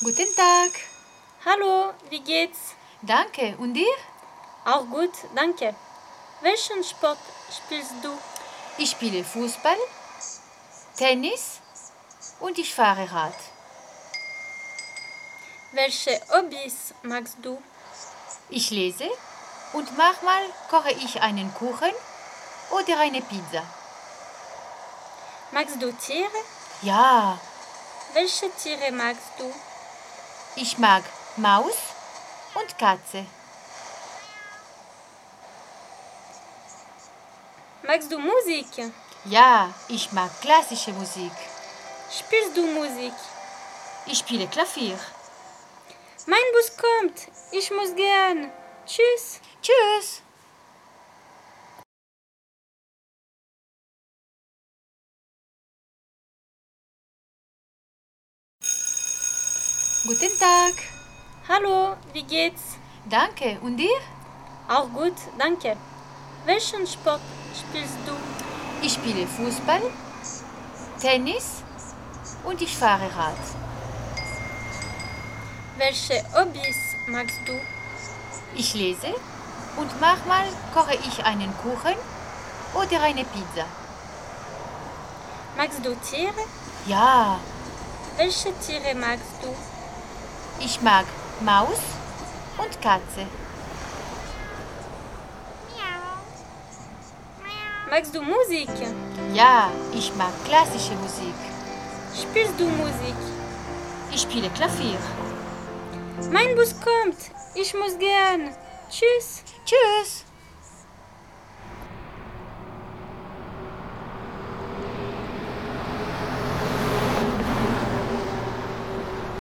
Guten Tag. Hallo, wie geht's? Danke. Und dir? Auch gut, danke. Welchen Sport spielst du? Ich spiele Fußball, Tennis und ich fahre Rad. Welche Hobbys magst du? Ich lese und manchmal koche ich einen Kuchen oder eine Pizza. Magst du Tiere? Ja, Welche Tiere magst du? ich mag Maus und Katze. Magst du Musik? Ja, ich mag klassische Musik. Spielst du Musik? Ich spiele Klavier. Mein Bus kommt. Ich muss gehen. Tschüss. Tschüss. Guten Tag. Hallo, wie geht's? Danke. Und dir? Auch gut, danke. Welchen Sport spielst du? Ich spiele Fußball, Tennis und ich fahre Rad. Welche Hobbys magst du? Ich lese und manchmal koche ich einen Kuchen oder eine Pizza. Magst du Tiere? Ja, Welche Tiere magst du? ich mag Maus und Katze. Magst du Musik? Ja, ich mag klassische Musik. Spielst du Musik? Ich spiele Klavier. Mein Bus kommt. Ich muss gehen. Tschüss. Tschüss.